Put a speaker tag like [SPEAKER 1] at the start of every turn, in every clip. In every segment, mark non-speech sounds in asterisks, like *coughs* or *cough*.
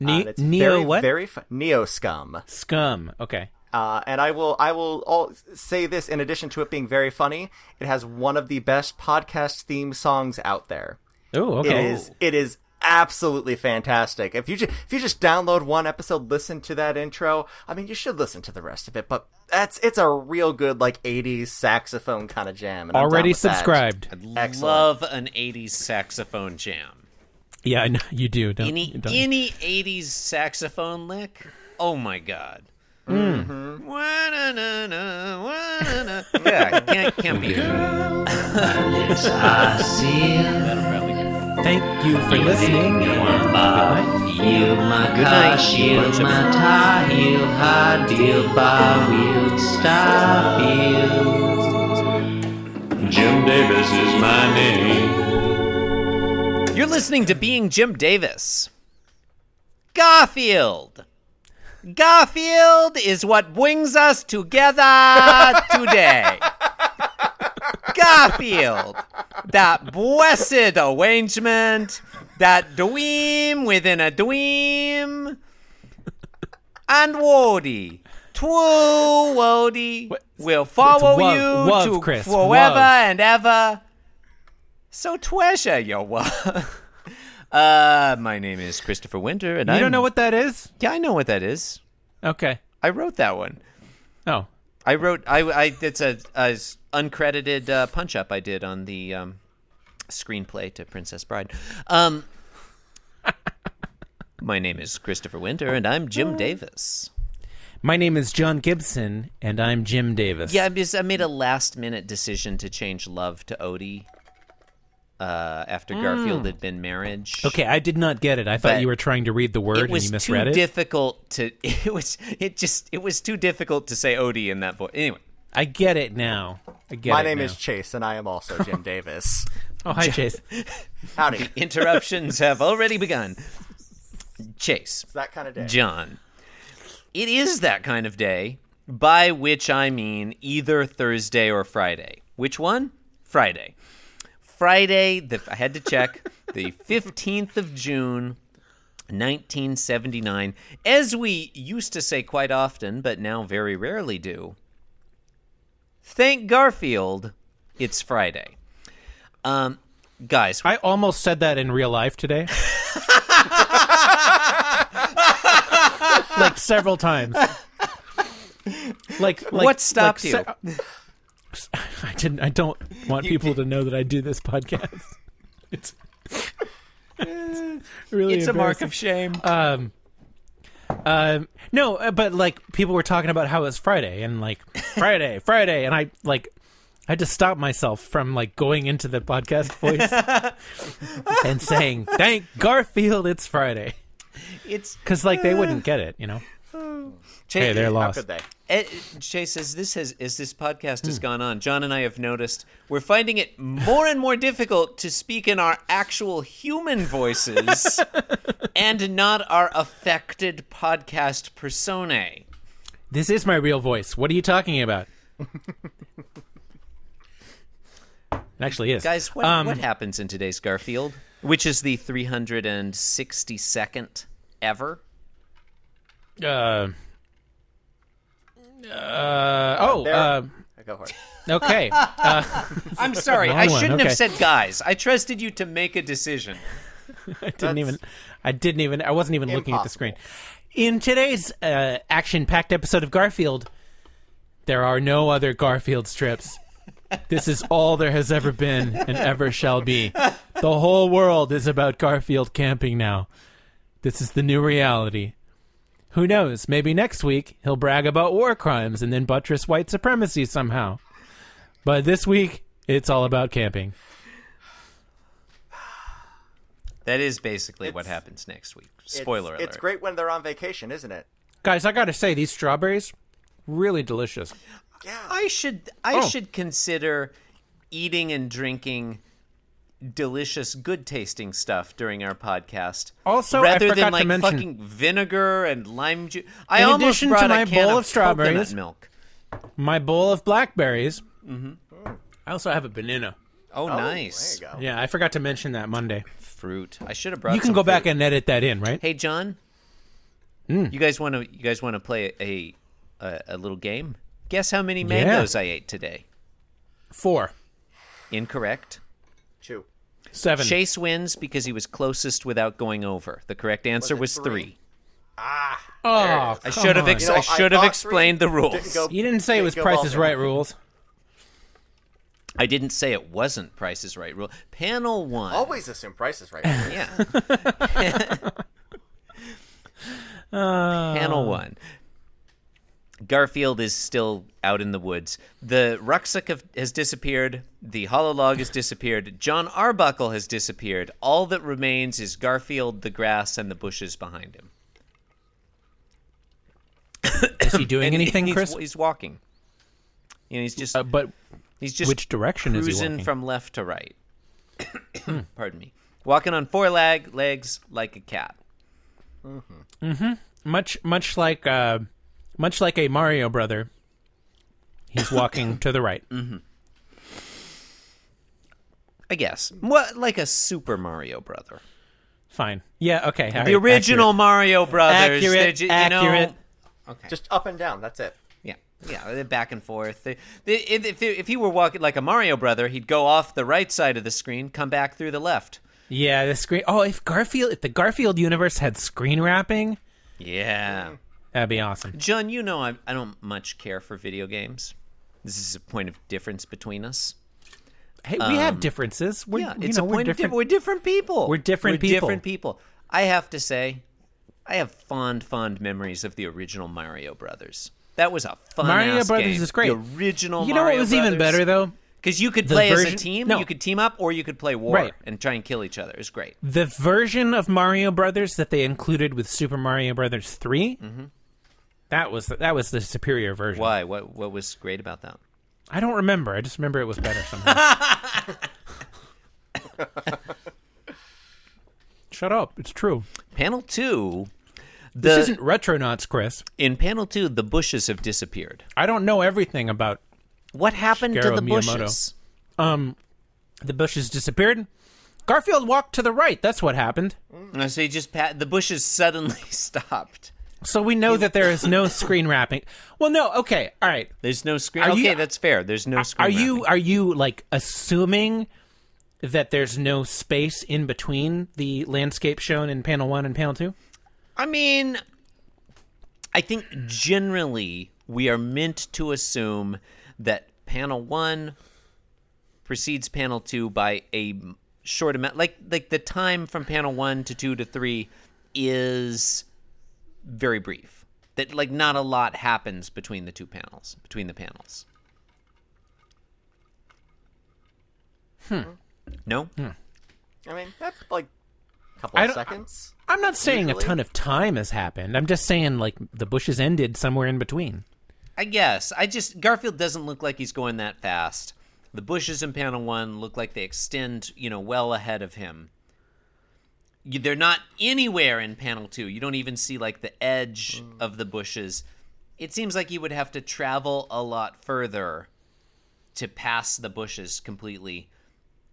[SPEAKER 1] Ne-
[SPEAKER 2] uh, that's
[SPEAKER 1] Neo
[SPEAKER 2] very,
[SPEAKER 1] what?
[SPEAKER 2] Very fun. Neo scum.
[SPEAKER 1] Scum. Okay.
[SPEAKER 2] Uh, and I will I will all say this in addition to it being very funny, it has one of the best podcast theme songs out there.
[SPEAKER 1] Oh, okay.
[SPEAKER 2] It is it is absolutely fantastic. If you ju- if you just download one episode, listen to that intro. I mean, you should listen to the rest of it, but that's it's a real good like 80s saxophone kind of jam. and I'm down
[SPEAKER 1] Already
[SPEAKER 2] with that.
[SPEAKER 1] subscribed.
[SPEAKER 3] I'd
[SPEAKER 2] Excellent.
[SPEAKER 3] love an 80s saxophone jam.
[SPEAKER 1] Yeah, I know *laughs* you do. Don't,
[SPEAKER 3] Any
[SPEAKER 1] don't-
[SPEAKER 3] any 80s saxophone lick? Oh my god.
[SPEAKER 4] Mm-hmm.
[SPEAKER 3] Wa-na-na-na,
[SPEAKER 4] *laughs*
[SPEAKER 3] wa-na-na. Yeah, can't, can't be.
[SPEAKER 1] Thank you for listening. Good night.
[SPEAKER 4] You my gosh, you my tie, you high deal, bar wheel, stop you.
[SPEAKER 5] Jim Davis is my name.
[SPEAKER 3] You're listening to Being Jim Davis. Garfield. Garfield is what brings us together today. Garfield. That blessed arrangement. That dream within a dream. And Wody. True Wody will follow
[SPEAKER 1] It's
[SPEAKER 3] you
[SPEAKER 1] wov- wov,
[SPEAKER 3] to
[SPEAKER 1] Chris,
[SPEAKER 3] forever
[SPEAKER 1] wov.
[SPEAKER 3] and ever. So treasure your wov. *laughs* Uh, my name is Christopher Winter, and
[SPEAKER 1] You
[SPEAKER 3] I
[SPEAKER 1] don't know what that is?
[SPEAKER 3] Yeah, I know what that is.
[SPEAKER 1] Okay.
[SPEAKER 3] I wrote that one.
[SPEAKER 1] Oh,
[SPEAKER 3] I wrote. I. I it's a, a s- uncredited uh, punch up I did on the um, screenplay to Princess Bride. Um, *laughs* my name is Christopher Winter, and I'm Jim Davis.
[SPEAKER 1] my name is John Gibson, and I'm Jim Davis.
[SPEAKER 3] Yeah, I, just, I made a last minute decision to change love to Odie uh, after Garfield had been marriage.
[SPEAKER 1] Okay, I did not get it. I thought
[SPEAKER 3] But
[SPEAKER 1] you were trying to read the word
[SPEAKER 3] it was
[SPEAKER 1] and you misread
[SPEAKER 3] too
[SPEAKER 1] it.
[SPEAKER 3] difficult to. *laughs* It was. It just. It was too difficult to say Odie in that voice. Anyway.
[SPEAKER 1] I get it now. I get
[SPEAKER 2] My
[SPEAKER 1] it
[SPEAKER 2] name
[SPEAKER 1] now.
[SPEAKER 2] is Chase and I
[SPEAKER 1] *laughs*
[SPEAKER 2] am also Jim Davis.
[SPEAKER 1] Oh, hi, Chase. It's
[SPEAKER 2] Howdy. It's
[SPEAKER 3] Interruptions have already begun. Chase,
[SPEAKER 2] that kind of day.
[SPEAKER 3] John, it is that kind of day, by which I mean either Thursday or Friday. Which one? Friday. Friday, the, I had to
[SPEAKER 1] *laughs*
[SPEAKER 3] check, the 15th of June, 1979, as we used to say quite often, but now very rarely do. Thank Garfield, it's Friday. Um, guys,
[SPEAKER 1] I almost said that in real life today.
[SPEAKER 3] *laughs*
[SPEAKER 1] like several times. Like, like
[SPEAKER 3] What stopped
[SPEAKER 1] like you? *laughs* I didn't. I don't want people to know that I do this podcast. *laughs*
[SPEAKER 3] *laughs*
[SPEAKER 1] It's really
[SPEAKER 3] it's a mark
[SPEAKER 1] embarrassing.
[SPEAKER 3] of shame.
[SPEAKER 1] um um no uh, but like people were talking about how it's friday and
[SPEAKER 3] *laughs*
[SPEAKER 1] like friday friday and i like i had to stop myself from like going into the podcast
[SPEAKER 3] *laughs*
[SPEAKER 1] voice and saying thank garfield it's friday
[SPEAKER 3] It's uh,
[SPEAKER 1] because like they wouldn't get it you know
[SPEAKER 3] Chase,
[SPEAKER 1] hey they're
[SPEAKER 2] How
[SPEAKER 1] lost
[SPEAKER 2] could they?
[SPEAKER 3] eh, Chase, as this has as this podcast has gone on, John and I have noticed we're finding it more and more difficult to speak in our actual human *laughs* voices and not our affected podcast personae.
[SPEAKER 1] this is my real voice what are you talking about
[SPEAKER 3] *laughs*
[SPEAKER 1] it actually is
[SPEAKER 3] Guys, what,
[SPEAKER 1] Um,
[SPEAKER 3] what happens in today's Garfield? Which is the 362nd ever.
[SPEAKER 1] uh, uh, oh
[SPEAKER 2] there-
[SPEAKER 1] uh,
[SPEAKER 2] Go for it.
[SPEAKER 3] *laughs*
[SPEAKER 1] okay
[SPEAKER 3] I'm sorry,
[SPEAKER 1] Long
[SPEAKER 3] I
[SPEAKER 1] one,
[SPEAKER 3] shouldn't
[SPEAKER 1] okay.
[SPEAKER 3] have said guys. I trusted you to make a decision.
[SPEAKER 1] didn't
[SPEAKER 2] That's-
[SPEAKER 1] even I didn't even I wasn't even looking at the
[SPEAKER 2] Impossible.
[SPEAKER 1] screen. In today's uh, action-packed episode of Garfield, there are no other Garfield strips. This is all there has ever been and ever shall be. The whole world is about Garfield camping now. This is the new reality. Who knows? Maybe next week he'll brag about war crimes and then buttress white supremacy somehow. But this week, it's all about camping.
[SPEAKER 3] That is basically what happens next week. Spoiler
[SPEAKER 2] it's,
[SPEAKER 3] alert.
[SPEAKER 2] It's great when they're on vacation, isn't it?
[SPEAKER 1] Guys, I gotta say, these strawberries, really delicious.
[SPEAKER 3] I should I
[SPEAKER 1] Oh.
[SPEAKER 3] should consider eating and drinking delicious, good tasting stuff during our podcast.
[SPEAKER 1] Also, I
[SPEAKER 3] rather
[SPEAKER 1] forgot to
[SPEAKER 3] than like
[SPEAKER 1] mention-
[SPEAKER 3] fucking vinegar and lime juice. I
[SPEAKER 1] In
[SPEAKER 3] almost
[SPEAKER 1] addition to
[SPEAKER 3] brought
[SPEAKER 1] my
[SPEAKER 3] a can
[SPEAKER 1] bowl
[SPEAKER 3] of,
[SPEAKER 1] of strawberries-
[SPEAKER 3] coconut milk.
[SPEAKER 1] my bowl of blackberries. Mm-hmm. I also have a banana.
[SPEAKER 3] Oh,
[SPEAKER 2] Oh,
[SPEAKER 3] nice
[SPEAKER 2] There you go.
[SPEAKER 1] Yeah, I forgot to mention that Monday.
[SPEAKER 3] fruit. I should have brought.
[SPEAKER 1] you can
[SPEAKER 3] some
[SPEAKER 1] go back
[SPEAKER 3] fruit.
[SPEAKER 1] and Mm. edit that in, right?
[SPEAKER 3] Hey, John. You guys want to? You guys want to play a, a a little game? Guess how many mangoes I ate today?
[SPEAKER 1] Four.
[SPEAKER 3] Incorrect.
[SPEAKER 2] Chew.
[SPEAKER 1] Seven.
[SPEAKER 3] Chase wins because he was closest without going over. The correct answer
[SPEAKER 2] it
[SPEAKER 3] was,
[SPEAKER 2] three?
[SPEAKER 3] three.
[SPEAKER 1] oh,
[SPEAKER 3] I should have ex-
[SPEAKER 2] You know,
[SPEAKER 3] I
[SPEAKER 2] I
[SPEAKER 3] should have
[SPEAKER 2] thought
[SPEAKER 3] explained the rules.
[SPEAKER 2] Didn't go-
[SPEAKER 1] You didn't say it
[SPEAKER 2] didn't
[SPEAKER 1] was
[SPEAKER 2] go
[SPEAKER 1] Price
[SPEAKER 2] ball
[SPEAKER 1] is
[SPEAKER 2] there.
[SPEAKER 1] Right rules.
[SPEAKER 3] I didn't say it wasn't Price is Right rule. Panel one.
[SPEAKER 2] Always assume Price is
[SPEAKER 1] *laughs*
[SPEAKER 2] Right.
[SPEAKER 3] Yeah. *laughs* Panel one. Garfield is still out in the woods. The rucksack have, has disappeared. The hololog has disappeared. John Arbuckle has disappeared. All that remains is Garfield, the grass, and the bushes behind him.
[SPEAKER 1] Is he doing
[SPEAKER 3] *laughs* And
[SPEAKER 1] anything,
[SPEAKER 3] he's,
[SPEAKER 1] Chris?
[SPEAKER 3] He's walking. You know, he's just
[SPEAKER 1] Uh, but
[SPEAKER 3] he's just
[SPEAKER 1] which direction is he
[SPEAKER 3] cruising
[SPEAKER 1] walking?
[SPEAKER 3] from left to right. *coughs* Pardon me. Walking on four leg legs like a cat.
[SPEAKER 1] much much like uh, much like a Mario brother, he's
[SPEAKER 3] *laughs*
[SPEAKER 1] walking to the right.
[SPEAKER 3] Mm-hmm. I guess. What like a Super Mario brother.
[SPEAKER 1] Fine. Yeah. Okay. all right,
[SPEAKER 3] the original Mario
[SPEAKER 1] Accurate.
[SPEAKER 3] Brothers. they're
[SPEAKER 1] Accurate.
[SPEAKER 3] ju- you
[SPEAKER 1] accurate.
[SPEAKER 3] know-
[SPEAKER 2] Just up and down. That's it.
[SPEAKER 3] yeah, yeah, they're back and forth. They, they, if, if- if he were walking like a Mario brother, he'd go off the right side of the screen, come back through the left.
[SPEAKER 1] Yeah. The screen. Oh, if Garfield, if the Garfield universe had screen wrapping,
[SPEAKER 3] Yeah,
[SPEAKER 1] that'd be awesome.
[SPEAKER 3] John, you know I, I don't much care for video games. This is a point of difference between us.
[SPEAKER 1] Hey, we have differences. We're,
[SPEAKER 3] Um, yeah,
[SPEAKER 1] you
[SPEAKER 3] it's
[SPEAKER 1] know,
[SPEAKER 3] a
[SPEAKER 1] we're
[SPEAKER 3] point of
[SPEAKER 1] different.
[SPEAKER 3] difference. We're different people.
[SPEAKER 1] We're different
[SPEAKER 3] We're
[SPEAKER 1] people.
[SPEAKER 3] different people. I have to say, I have fond, fond memories of the original Mario Brothers. That was a fun.
[SPEAKER 1] Mario
[SPEAKER 3] ass
[SPEAKER 1] Brothers
[SPEAKER 3] game.
[SPEAKER 1] is great.
[SPEAKER 3] The original.
[SPEAKER 1] you know what
[SPEAKER 3] Mario
[SPEAKER 1] was even
[SPEAKER 3] Brothers.
[SPEAKER 1] better though?
[SPEAKER 3] Because you could
[SPEAKER 1] The
[SPEAKER 3] play as a
[SPEAKER 1] version-
[SPEAKER 3] team,
[SPEAKER 1] no.
[SPEAKER 3] you could team up, or you could play war
[SPEAKER 1] Right. Mm.
[SPEAKER 3] and try and kill each other. It was great.
[SPEAKER 1] The version of Mario Brothers that they included with Super Mario Brothers 3 That was the, that was the superior version.
[SPEAKER 3] Why? Mm-hmm. What? What was great about that?
[SPEAKER 1] I don't remember. I just remember it was better somehow.
[SPEAKER 3] *laughs*
[SPEAKER 1] Shut up. It's true.
[SPEAKER 3] Panel two. The,
[SPEAKER 1] This isn't Retronauts, Chris.
[SPEAKER 3] in panel two, the bushes have disappeared.
[SPEAKER 1] I don't know everything about
[SPEAKER 3] What happened to
[SPEAKER 1] Shigeru
[SPEAKER 3] the
[SPEAKER 1] Miyamoto.
[SPEAKER 3] bushes?
[SPEAKER 1] um the bushes disappeared. Garfield walked to the right. That's what happened.
[SPEAKER 3] Uh, So you just pat the bushes suddenly *laughs* stopped.
[SPEAKER 1] So we know that there is no screen wrapping. Well, no. Okay. All right.
[SPEAKER 3] There's no screen.
[SPEAKER 1] Are
[SPEAKER 3] okay,
[SPEAKER 1] you-
[SPEAKER 3] that's fair. There's no screen.
[SPEAKER 1] Are you
[SPEAKER 3] wrapping.
[SPEAKER 1] are you like assuming that there's no space in between the landscape shown in panel 1 and panel 2?
[SPEAKER 3] I mean, I think generally we are meant to assume that panel one precedes panel two by a m- short amount. Like like the time from panel one to two to three is very brief. That like not a lot happens between the two panels. Between the panels. Hmm. No.
[SPEAKER 2] I mean, that's like a couple
[SPEAKER 1] I
[SPEAKER 2] of
[SPEAKER 1] don't-
[SPEAKER 2] seconds.
[SPEAKER 1] I'm not saying
[SPEAKER 2] Usually.
[SPEAKER 1] a ton of time has happened. I'm just saying like the bushes ended somewhere in between.
[SPEAKER 3] I guess. I just Garfield doesn't look like he's going that fast. The bushes in panel one look like they extend, you know, well ahead of him. You, they're not anywhere in panel two. You don't even see like the edge of the bushes. It seems like you would have to travel a lot further to pass the bushes completely.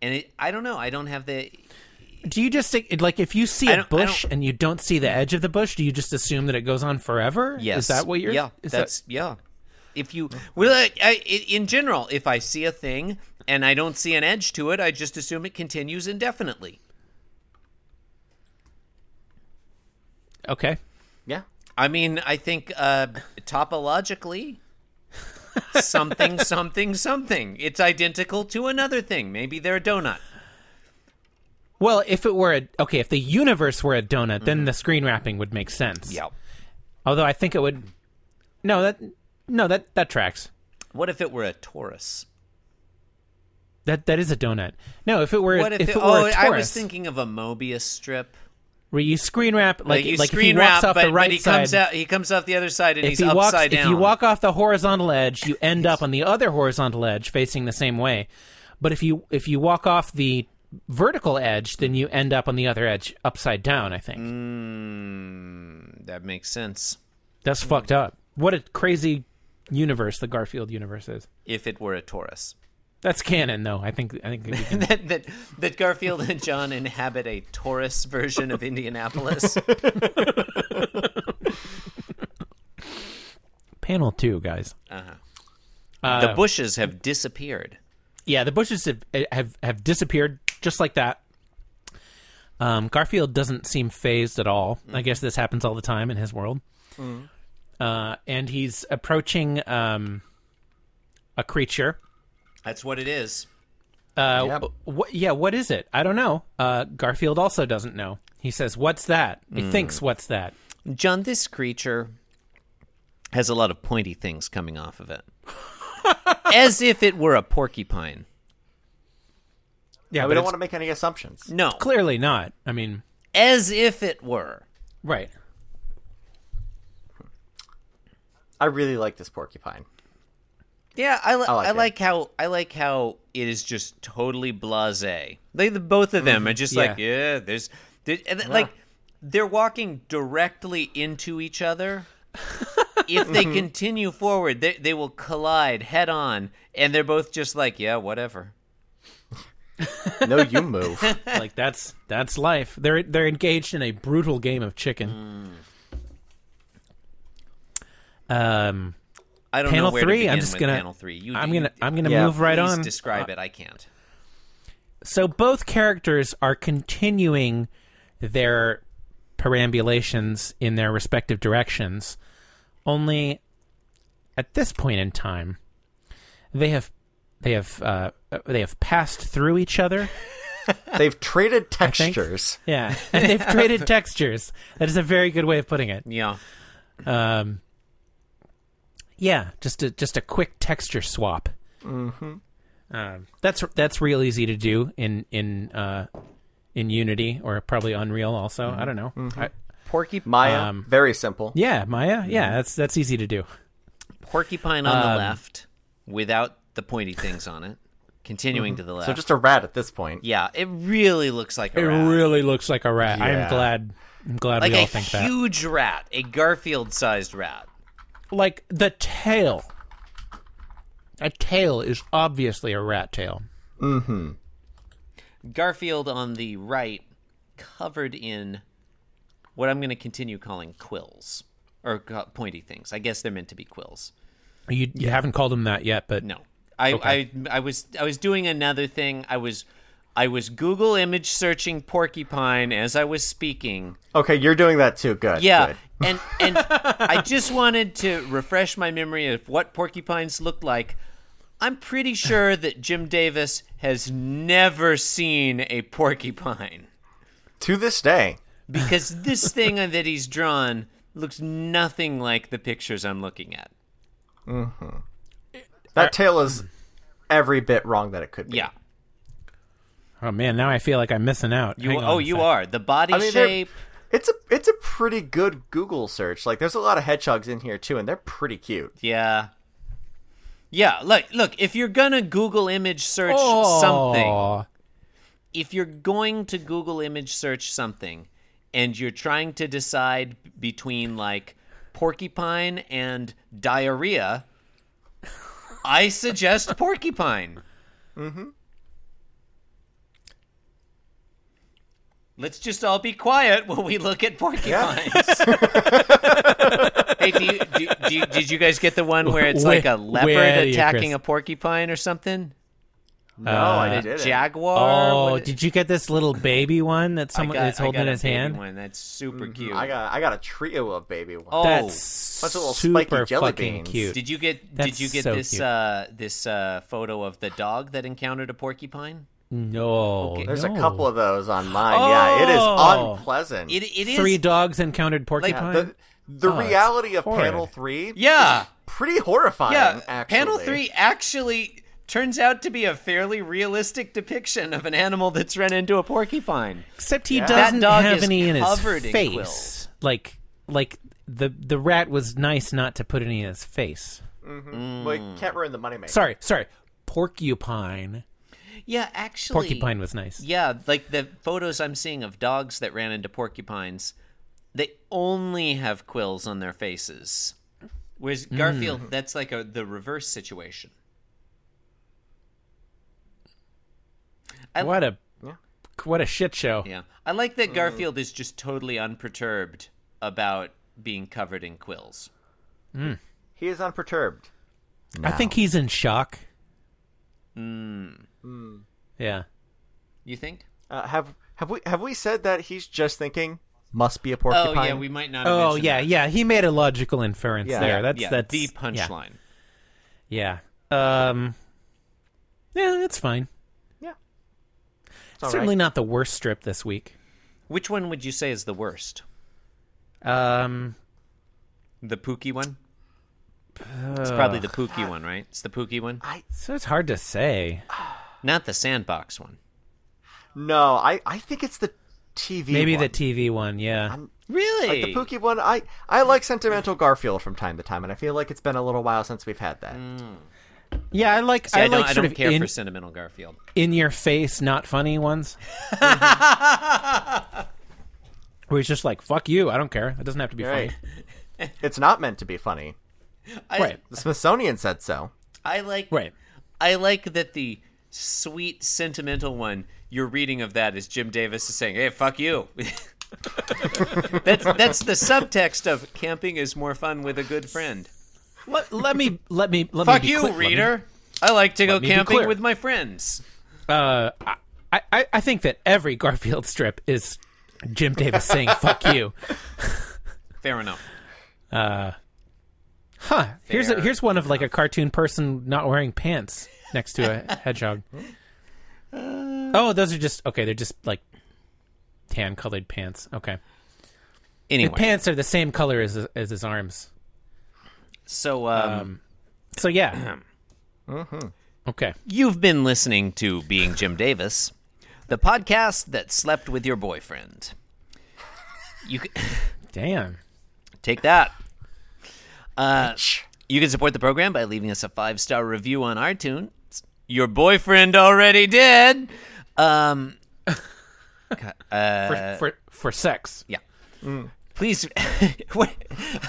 [SPEAKER 3] And it, I don't know. I don't have the.
[SPEAKER 1] Do you just think- like if you see
[SPEAKER 3] I
[SPEAKER 1] a
[SPEAKER 3] don't- I
[SPEAKER 1] bush
[SPEAKER 3] don't-
[SPEAKER 1] and you don't see the edge of the bush, do you just assume that it goes on forever?
[SPEAKER 3] Yes.
[SPEAKER 1] Is that what you're
[SPEAKER 3] Yeah.
[SPEAKER 1] is that-
[SPEAKER 3] that's yeah. If you well, I, I, i- in general, if I see a thing and I don't see an edge to it, I just assume it continues indefinitely.
[SPEAKER 1] Okay.
[SPEAKER 2] Yeah.
[SPEAKER 3] I mean, I think uh, topologically,
[SPEAKER 1] *laughs*
[SPEAKER 3] something, something, something. It's identical to another thing. Maybe they're a donut.
[SPEAKER 1] Well, if it were a okay, if the universe were a donut,
[SPEAKER 3] Mm-hmm.
[SPEAKER 1] then the screen wrapping would make sense. Although I think it would No, that no, that that tracks.
[SPEAKER 3] What if it were a Taurus?
[SPEAKER 1] That that is a donut. No, if it were
[SPEAKER 3] What
[SPEAKER 1] if, it, were
[SPEAKER 3] oh,
[SPEAKER 1] a Taurus,
[SPEAKER 3] I was thinking of a Mobius strip.
[SPEAKER 1] where you screen wrap like
[SPEAKER 3] you
[SPEAKER 1] like
[SPEAKER 3] screen
[SPEAKER 1] if he walks
[SPEAKER 3] wrap,
[SPEAKER 1] off
[SPEAKER 3] but,
[SPEAKER 1] the
[SPEAKER 3] but
[SPEAKER 1] right
[SPEAKER 3] he
[SPEAKER 1] side.
[SPEAKER 3] comes out. He comes off the other side, and
[SPEAKER 1] if
[SPEAKER 3] he's
[SPEAKER 1] he walks,
[SPEAKER 3] upside down.
[SPEAKER 1] if you walk off the horizontal edge, you end up on the other horizontal edge facing the same way. But if you if you walk off the vertical edge, then you end up on the other edge upside down. I think
[SPEAKER 3] Mm. that makes sense.
[SPEAKER 1] that's fucked up. What a crazy universe the Garfield universe is.
[SPEAKER 3] If it were a Taurus. *laughs*
[SPEAKER 1] That's canon, though. I think I think we can
[SPEAKER 3] that, that that Garfield and *laughs* John inhabit a Taurus version of Indianapolis.
[SPEAKER 1] panel two, guys.
[SPEAKER 3] the bushes have disappeared.
[SPEAKER 1] Yeah, the bushes have have, have disappeared just like that. Um, Garfield doesn't seem phased at all. I
[SPEAKER 2] Mm-hmm.
[SPEAKER 1] guess this happens all the time in his world. Uh, and he's approaching um, a creature.
[SPEAKER 3] That's what it is.
[SPEAKER 1] Uh,
[SPEAKER 2] Yep.
[SPEAKER 1] wh- what, yeah, what is it? I don't know. Uh, Garfield also doesn't know. He says, "What's that?" He thinks,
[SPEAKER 2] Mm.
[SPEAKER 1] "What's that?"
[SPEAKER 3] John, this creature has a lot of pointy things coming off of *laughs* it. As if it were a porcupine.
[SPEAKER 1] Yeah,
[SPEAKER 2] we don't want to make any assumptions.
[SPEAKER 3] No.
[SPEAKER 1] clearly not. I mean,
[SPEAKER 3] As if it were.
[SPEAKER 1] right?
[SPEAKER 2] I really like this porcupine.
[SPEAKER 3] Yeah, I, li- I,
[SPEAKER 2] like
[SPEAKER 3] like,
[SPEAKER 2] it.
[SPEAKER 3] how I like how it is just totally blasé. Like the both of
[SPEAKER 1] Mm-hmm.
[SPEAKER 3] them are just like, yeah, there's, there, and then, like they're walking directly into
[SPEAKER 1] *laughs*
[SPEAKER 3] each other. if they
[SPEAKER 1] Mm-hmm.
[SPEAKER 3] continue forward, they they will collide head on, and they're both just like, yeah, whatever.
[SPEAKER 1] *laughs*
[SPEAKER 2] No, you move.
[SPEAKER 1] like that's that's life. They're they're engaged in a brutal game of chicken. Um,
[SPEAKER 3] I don't
[SPEAKER 1] Panel
[SPEAKER 3] know where
[SPEAKER 1] three,
[SPEAKER 3] to
[SPEAKER 1] I'm
[SPEAKER 3] begin
[SPEAKER 1] just
[SPEAKER 3] with
[SPEAKER 1] gonna-
[SPEAKER 3] panel three. You,
[SPEAKER 1] I'm
[SPEAKER 3] you-
[SPEAKER 1] gonna I'm gonna
[SPEAKER 2] Yeah,
[SPEAKER 1] move right
[SPEAKER 3] please
[SPEAKER 1] on. Uh,
[SPEAKER 3] Describe it. I can't.
[SPEAKER 1] So both characters are continuing their perambulations in their respective directions. Only at this point in time, they have they have uh, they have passed through each other.
[SPEAKER 2] They've traded
[SPEAKER 1] think.
[SPEAKER 2] textures.
[SPEAKER 1] Yeah, *laughs* and they've traded textures. That is a very good way of putting it.
[SPEAKER 3] Yeah.
[SPEAKER 1] Um, yeah, just a just a quick texture swap. Mm-hmm. Um, that's that's real easy to do in in uh, in Unity or probably Unreal. Also, I don't know.
[SPEAKER 3] Mm-hmm.
[SPEAKER 1] I-
[SPEAKER 3] Porcu-
[SPEAKER 2] Maya,
[SPEAKER 1] Um,
[SPEAKER 2] very simple.
[SPEAKER 1] yeah, Maya. Yeah, that's that's easy to do.
[SPEAKER 3] porcupine on
[SPEAKER 1] Um,
[SPEAKER 3] the left, without the pointy things on it.
[SPEAKER 1] mm-hmm.
[SPEAKER 3] Continuing to the left.
[SPEAKER 2] So just a rat at this point.
[SPEAKER 3] Yeah, it really looks like a
[SPEAKER 1] It
[SPEAKER 3] rat.
[SPEAKER 1] really looks like a rat. I'm
[SPEAKER 2] Yeah.
[SPEAKER 1] glad. I'm glad
[SPEAKER 3] like
[SPEAKER 1] we
[SPEAKER 3] a
[SPEAKER 1] all think that.
[SPEAKER 3] huge rat, a Garfield-sized rat.
[SPEAKER 1] Like the tail. A tail is obviously a rat tail.
[SPEAKER 3] Garfield on the right, covered in what I'm going to continue calling quills or co- pointy things. I guess they're meant to be quills.
[SPEAKER 1] You you haven't called him that yet, but
[SPEAKER 3] No, I, I I was I was doing another thing. I was I was Google image searching porcupine as I was speaking.
[SPEAKER 2] Okay, you're doing that too. Good.
[SPEAKER 3] Yeah,
[SPEAKER 2] good.
[SPEAKER 3] and and I just wanted to refresh my memory of what porcupines looked like. I'm pretty sure that Jim Davis has never seen a porcupine
[SPEAKER 2] To this day,
[SPEAKER 3] because this thing that he's drawn looks nothing like the pictures I'm looking at.
[SPEAKER 1] Uh,
[SPEAKER 2] that tale is every bit wrong that it could be.
[SPEAKER 3] Yeah.
[SPEAKER 1] oh man, now I feel like I'm missing out.
[SPEAKER 3] You
[SPEAKER 1] Hang on
[SPEAKER 3] oh,
[SPEAKER 1] a
[SPEAKER 3] you
[SPEAKER 1] sec.
[SPEAKER 3] are. The body
[SPEAKER 2] I mean, they're-
[SPEAKER 3] shape.
[SPEAKER 2] It's a it's a pretty good Google search. Like there's a lot of hedgehogs in here too, and they're pretty cute.
[SPEAKER 3] Yeah. Yeah, look, look, if you're going to Google image search
[SPEAKER 1] Oh,
[SPEAKER 3] something,
[SPEAKER 1] Aw.
[SPEAKER 3] if you're going to Google image search something and you're trying to decide between like porcupine and diarrhea, I suggest *laughs* porcupine. Mm-hmm. Let's just all be quiet when we look at porcupines. *laughs* hey, do you, do, do you, did you guys get the one where it's like a
[SPEAKER 1] Where- where
[SPEAKER 3] leopard
[SPEAKER 1] are you,
[SPEAKER 3] attacking
[SPEAKER 1] Chris?
[SPEAKER 3] a porcupine or something?
[SPEAKER 2] No,
[SPEAKER 1] Uh,
[SPEAKER 2] I did it.
[SPEAKER 3] Jaguar?
[SPEAKER 1] Oh,
[SPEAKER 3] What is-
[SPEAKER 1] did you get this little baby one that someone is
[SPEAKER 3] I
[SPEAKER 1] holding in
[SPEAKER 3] a
[SPEAKER 1] his
[SPEAKER 3] baby
[SPEAKER 1] hand?
[SPEAKER 3] One. That's super cute.
[SPEAKER 2] Mm-hmm. I got I got a trio of baby ones.
[SPEAKER 3] Oh,
[SPEAKER 1] That's
[SPEAKER 2] Bunch of little spiky
[SPEAKER 1] super
[SPEAKER 2] jelly
[SPEAKER 1] fucking
[SPEAKER 2] beans.
[SPEAKER 1] cute.
[SPEAKER 3] did you get
[SPEAKER 1] That's
[SPEAKER 3] did you get
[SPEAKER 1] so
[SPEAKER 3] this
[SPEAKER 1] cute.
[SPEAKER 3] uh, this uh, photo of the dog that encountered a porcupine?
[SPEAKER 1] no,
[SPEAKER 3] Okay.
[SPEAKER 2] There's
[SPEAKER 1] no.
[SPEAKER 2] a couple of those on mine. Yeah, it
[SPEAKER 1] Oh!
[SPEAKER 2] is unpleasant.
[SPEAKER 3] It it is
[SPEAKER 1] Three dogs encountered porcupine.
[SPEAKER 2] the the
[SPEAKER 1] Oh, it's
[SPEAKER 2] reality of panel
[SPEAKER 1] horrid.
[SPEAKER 2] three,
[SPEAKER 3] yeah
[SPEAKER 2] pretty horrifying.
[SPEAKER 3] yeah.
[SPEAKER 2] actually.
[SPEAKER 3] Panel three actually turns out to be a fairly realistic depiction of an animal that's run into a porcupine.
[SPEAKER 1] Except he
[SPEAKER 2] That
[SPEAKER 1] doesn't
[SPEAKER 3] dog
[SPEAKER 1] have
[SPEAKER 3] is
[SPEAKER 1] any in his
[SPEAKER 3] covered in
[SPEAKER 1] face.
[SPEAKER 3] quills.
[SPEAKER 1] like, like the the rat was nice not to put any in his face.
[SPEAKER 2] Well, you Hmm. can't ruin the moneymaker.
[SPEAKER 1] Sorry, sorry. Porcupine.
[SPEAKER 3] Yeah, actually,
[SPEAKER 1] Porcupine was nice.
[SPEAKER 3] Yeah, like the photos I'm seeing of dogs that ran into porcupines, they only have quills on their faces. Whereas
[SPEAKER 1] Hmm.
[SPEAKER 3] Garfield, that's like a the reverse situation. I-
[SPEAKER 1] What Uh. a what a shit show.
[SPEAKER 3] Yeah. I like that Garfield is just totally unperturbed about being covered in quills.
[SPEAKER 2] He is unperturbed.
[SPEAKER 1] I think he's in shock. Yeah.
[SPEAKER 3] Hmm. You think?
[SPEAKER 2] Uh, have have we have we said that he's just thinking must be a
[SPEAKER 3] Oh
[SPEAKER 2] porcupine?
[SPEAKER 3] yeah, we might not. Have
[SPEAKER 1] Oh
[SPEAKER 3] mentioned
[SPEAKER 1] yeah,
[SPEAKER 3] that.
[SPEAKER 1] yeah. He made a logical inference
[SPEAKER 2] Yeah.
[SPEAKER 1] there.
[SPEAKER 2] Yeah,
[SPEAKER 1] that's
[SPEAKER 3] yeah.
[SPEAKER 1] that's
[SPEAKER 3] the
[SPEAKER 1] yeah.
[SPEAKER 3] punchline.
[SPEAKER 1] Yeah. Um Yeah, that's fine.
[SPEAKER 2] It's all
[SPEAKER 1] Certainly
[SPEAKER 2] right.
[SPEAKER 1] not the worst strip this week.
[SPEAKER 3] Which one would you say is the worst?
[SPEAKER 1] Um
[SPEAKER 3] The Pookie one. It's probably the Pookie one, right? It's the Pookie one,
[SPEAKER 1] so it's hard to say.
[SPEAKER 3] not the Sandbox one.
[SPEAKER 2] No, I I think it's the TV.
[SPEAKER 1] Maybe
[SPEAKER 2] one.
[SPEAKER 1] the TV one, yeah.
[SPEAKER 3] Really?
[SPEAKER 2] Like the Pookie one, I I like sentimental Garfield from time to time, and I feel like it's been a little while since we've had that.
[SPEAKER 3] Mm,
[SPEAKER 1] Yeah, I like
[SPEAKER 3] See, I,
[SPEAKER 1] I
[SPEAKER 3] don't,
[SPEAKER 1] like
[SPEAKER 3] I
[SPEAKER 1] sort
[SPEAKER 3] don't
[SPEAKER 1] of
[SPEAKER 3] care
[SPEAKER 1] in,
[SPEAKER 3] for Sentimental Garfield.
[SPEAKER 1] in your face, not funny
[SPEAKER 3] *laughs*
[SPEAKER 1] ones. Where he's just like, fuck you, I don't care. It doesn't have to be
[SPEAKER 2] Right.
[SPEAKER 1] funny.
[SPEAKER 3] *laughs*
[SPEAKER 2] It's not meant to be funny.
[SPEAKER 3] I,
[SPEAKER 1] Right.
[SPEAKER 2] The Smithsonian said so.
[SPEAKER 3] I like.
[SPEAKER 1] Right.
[SPEAKER 3] I like that the sweet sentimental one. Your reading of that is Jim Davis is saying, "Hey, fuck you." *laughs* that's that's the subtext of camping is more fun with a good friend.
[SPEAKER 1] Let, let me *laughs* let me let me
[SPEAKER 3] Fuck
[SPEAKER 1] be
[SPEAKER 3] you,
[SPEAKER 1] clear- let me-
[SPEAKER 3] reader. I like to go
[SPEAKER 1] me be
[SPEAKER 3] camping
[SPEAKER 1] clear.
[SPEAKER 3] with my friends.
[SPEAKER 1] uh, I, I, I think that every Garfield strip is Jim Davis saying "fuck you."
[SPEAKER 3] Fair enough.
[SPEAKER 1] Huh? Here's a,
[SPEAKER 3] Fair
[SPEAKER 1] here's one of like a cartoon person not wearing pants next to a hedgehog. oh, those are just okay. They're just like tan colored pants. Okay, the
[SPEAKER 3] Anyway,
[SPEAKER 1] pants are the same color as as his arms.
[SPEAKER 3] so um,
[SPEAKER 1] So yeah. Okay.
[SPEAKER 3] You've been listening to Being Jim Davis, the podcast that slept with your boyfriend. You can,
[SPEAKER 1] Damn.
[SPEAKER 3] *laughs* take that. Uh, you can support the program by leaving us a five star review on iTunes. Your boyfriend already did. Um,
[SPEAKER 1] For, for for sex.
[SPEAKER 3] yeah. Please, *laughs* what-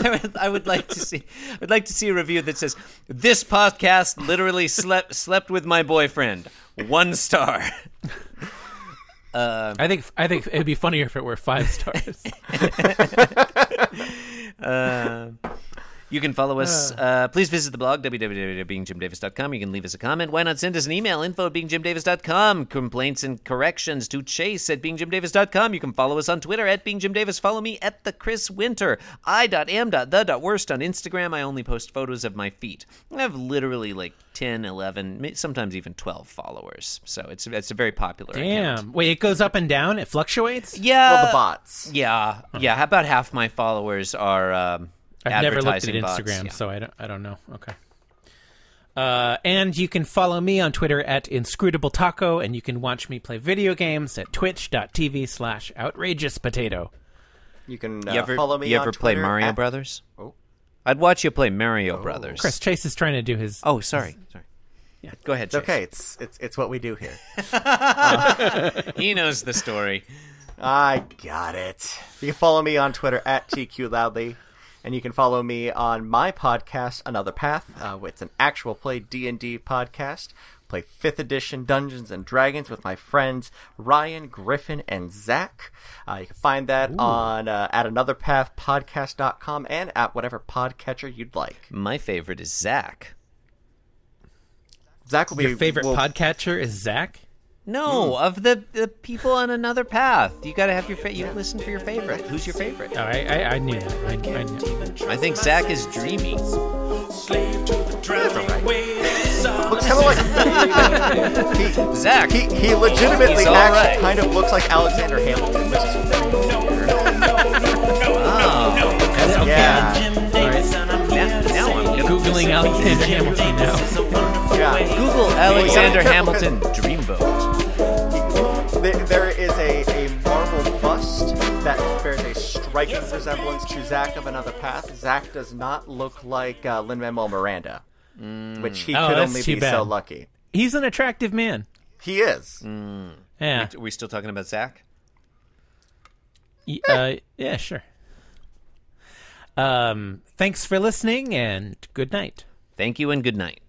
[SPEAKER 3] I would- I would like to see. I would like to see a review that says this podcast literally slept slept with my boyfriend. One star.
[SPEAKER 1] I think I think it'd be funnier if it were five stars.
[SPEAKER 3] You can follow us. Uh, please visit the blog, www.beingjimdavis.com. You can leave us a comment. Why not send us an email, info at beingjimdavis.com. Complaints and corrections to chase at beingjimdavis.com. You can follow us on Twitter at beingjimdavis. Follow me at the Chris Winter. I.am.the.worst on Instagram. I only post photos of my feet. I have literally like 10, 11, ma- sometimes even 12 followers. So it's, it's a very popular
[SPEAKER 1] Damn.
[SPEAKER 3] account.
[SPEAKER 1] Wait, it goes up and down. It fluctuates.
[SPEAKER 3] Yeah.
[SPEAKER 2] Well, the bots.
[SPEAKER 3] Yeah. Yeah. About half my followers are um,
[SPEAKER 1] I've never looked at
[SPEAKER 3] advertising bots.
[SPEAKER 1] Instagram,
[SPEAKER 3] Yeah.
[SPEAKER 1] so I don't, I don't know. Okay. Uh, and you can follow me on Twitter at Inscrutable Taco, and you can watch me play video games at twitch.tv slash outrageous potato.
[SPEAKER 2] You can uh,
[SPEAKER 3] You ever
[SPEAKER 2] follow me
[SPEAKER 3] You
[SPEAKER 2] on
[SPEAKER 3] ever play
[SPEAKER 2] Twitter
[SPEAKER 3] Mario
[SPEAKER 2] at-
[SPEAKER 3] Brothers?
[SPEAKER 2] Oh.
[SPEAKER 3] I'd watch you play Mario Brothers.
[SPEAKER 1] Chris Chase is trying to do his.
[SPEAKER 2] *laughs*
[SPEAKER 3] Oh, sorry. Sorry. Yeah. Go ahead.
[SPEAKER 2] It's okay. It's it's it's what we do here.
[SPEAKER 3] *laughs* He knows the story.
[SPEAKER 2] I got it. You can follow me on Twitter at *laughs* TQLoudly, and you can follow me on my podcast, Another Path. Uh, it's an actual play D and D podcast. Play fifth edition Dungeons and Dragons with my friends Ryan, Griffin, and Zach. Uh, you can find that on uh, at anotherpathpodcast.com and at whatever podcatcher you'd like.
[SPEAKER 3] My favorite is Zach.
[SPEAKER 2] Zach will be
[SPEAKER 1] Your favorite
[SPEAKER 2] will-
[SPEAKER 1] podcatcher is Zach?
[SPEAKER 3] No,
[SPEAKER 2] Hmm.
[SPEAKER 3] of the, the people on another path. You gotta have your fa- you listen for your favorite. Who's your favorite?
[SPEAKER 1] Oh, I, I, I knew that. I, I knew.
[SPEAKER 3] I think Zach is dreamy.
[SPEAKER 2] Looks kind of *laughs* like he,
[SPEAKER 3] Zach.
[SPEAKER 2] He, he legitimately
[SPEAKER 3] He's all
[SPEAKER 2] actually
[SPEAKER 3] right.
[SPEAKER 2] kind of looks like Alexander Hamilton, which is yeah,
[SPEAKER 3] Now, now I'm gonna
[SPEAKER 1] Googling Alexander Hamilton now.
[SPEAKER 2] yeah.
[SPEAKER 3] Google Alexander
[SPEAKER 2] Well, yeah. *laughs*
[SPEAKER 3] Hamilton Dreamboat.
[SPEAKER 2] There, there is a, a marble bust that bears a striking resemblance to Zach of Another Path. Zach does not look like uh, Lin Manuel Miranda, which he
[SPEAKER 1] Oh,
[SPEAKER 2] could
[SPEAKER 1] that's
[SPEAKER 2] only
[SPEAKER 1] too
[SPEAKER 2] be
[SPEAKER 1] bad.
[SPEAKER 2] so lucky.
[SPEAKER 1] He's an attractive man.
[SPEAKER 2] He is.
[SPEAKER 1] Yeah.
[SPEAKER 3] Are we still talking about Zach?
[SPEAKER 1] Y- Uh, yeah, sure. Um, thanks for listening, and good night.
[SPEAKER 3] Thank you and good night.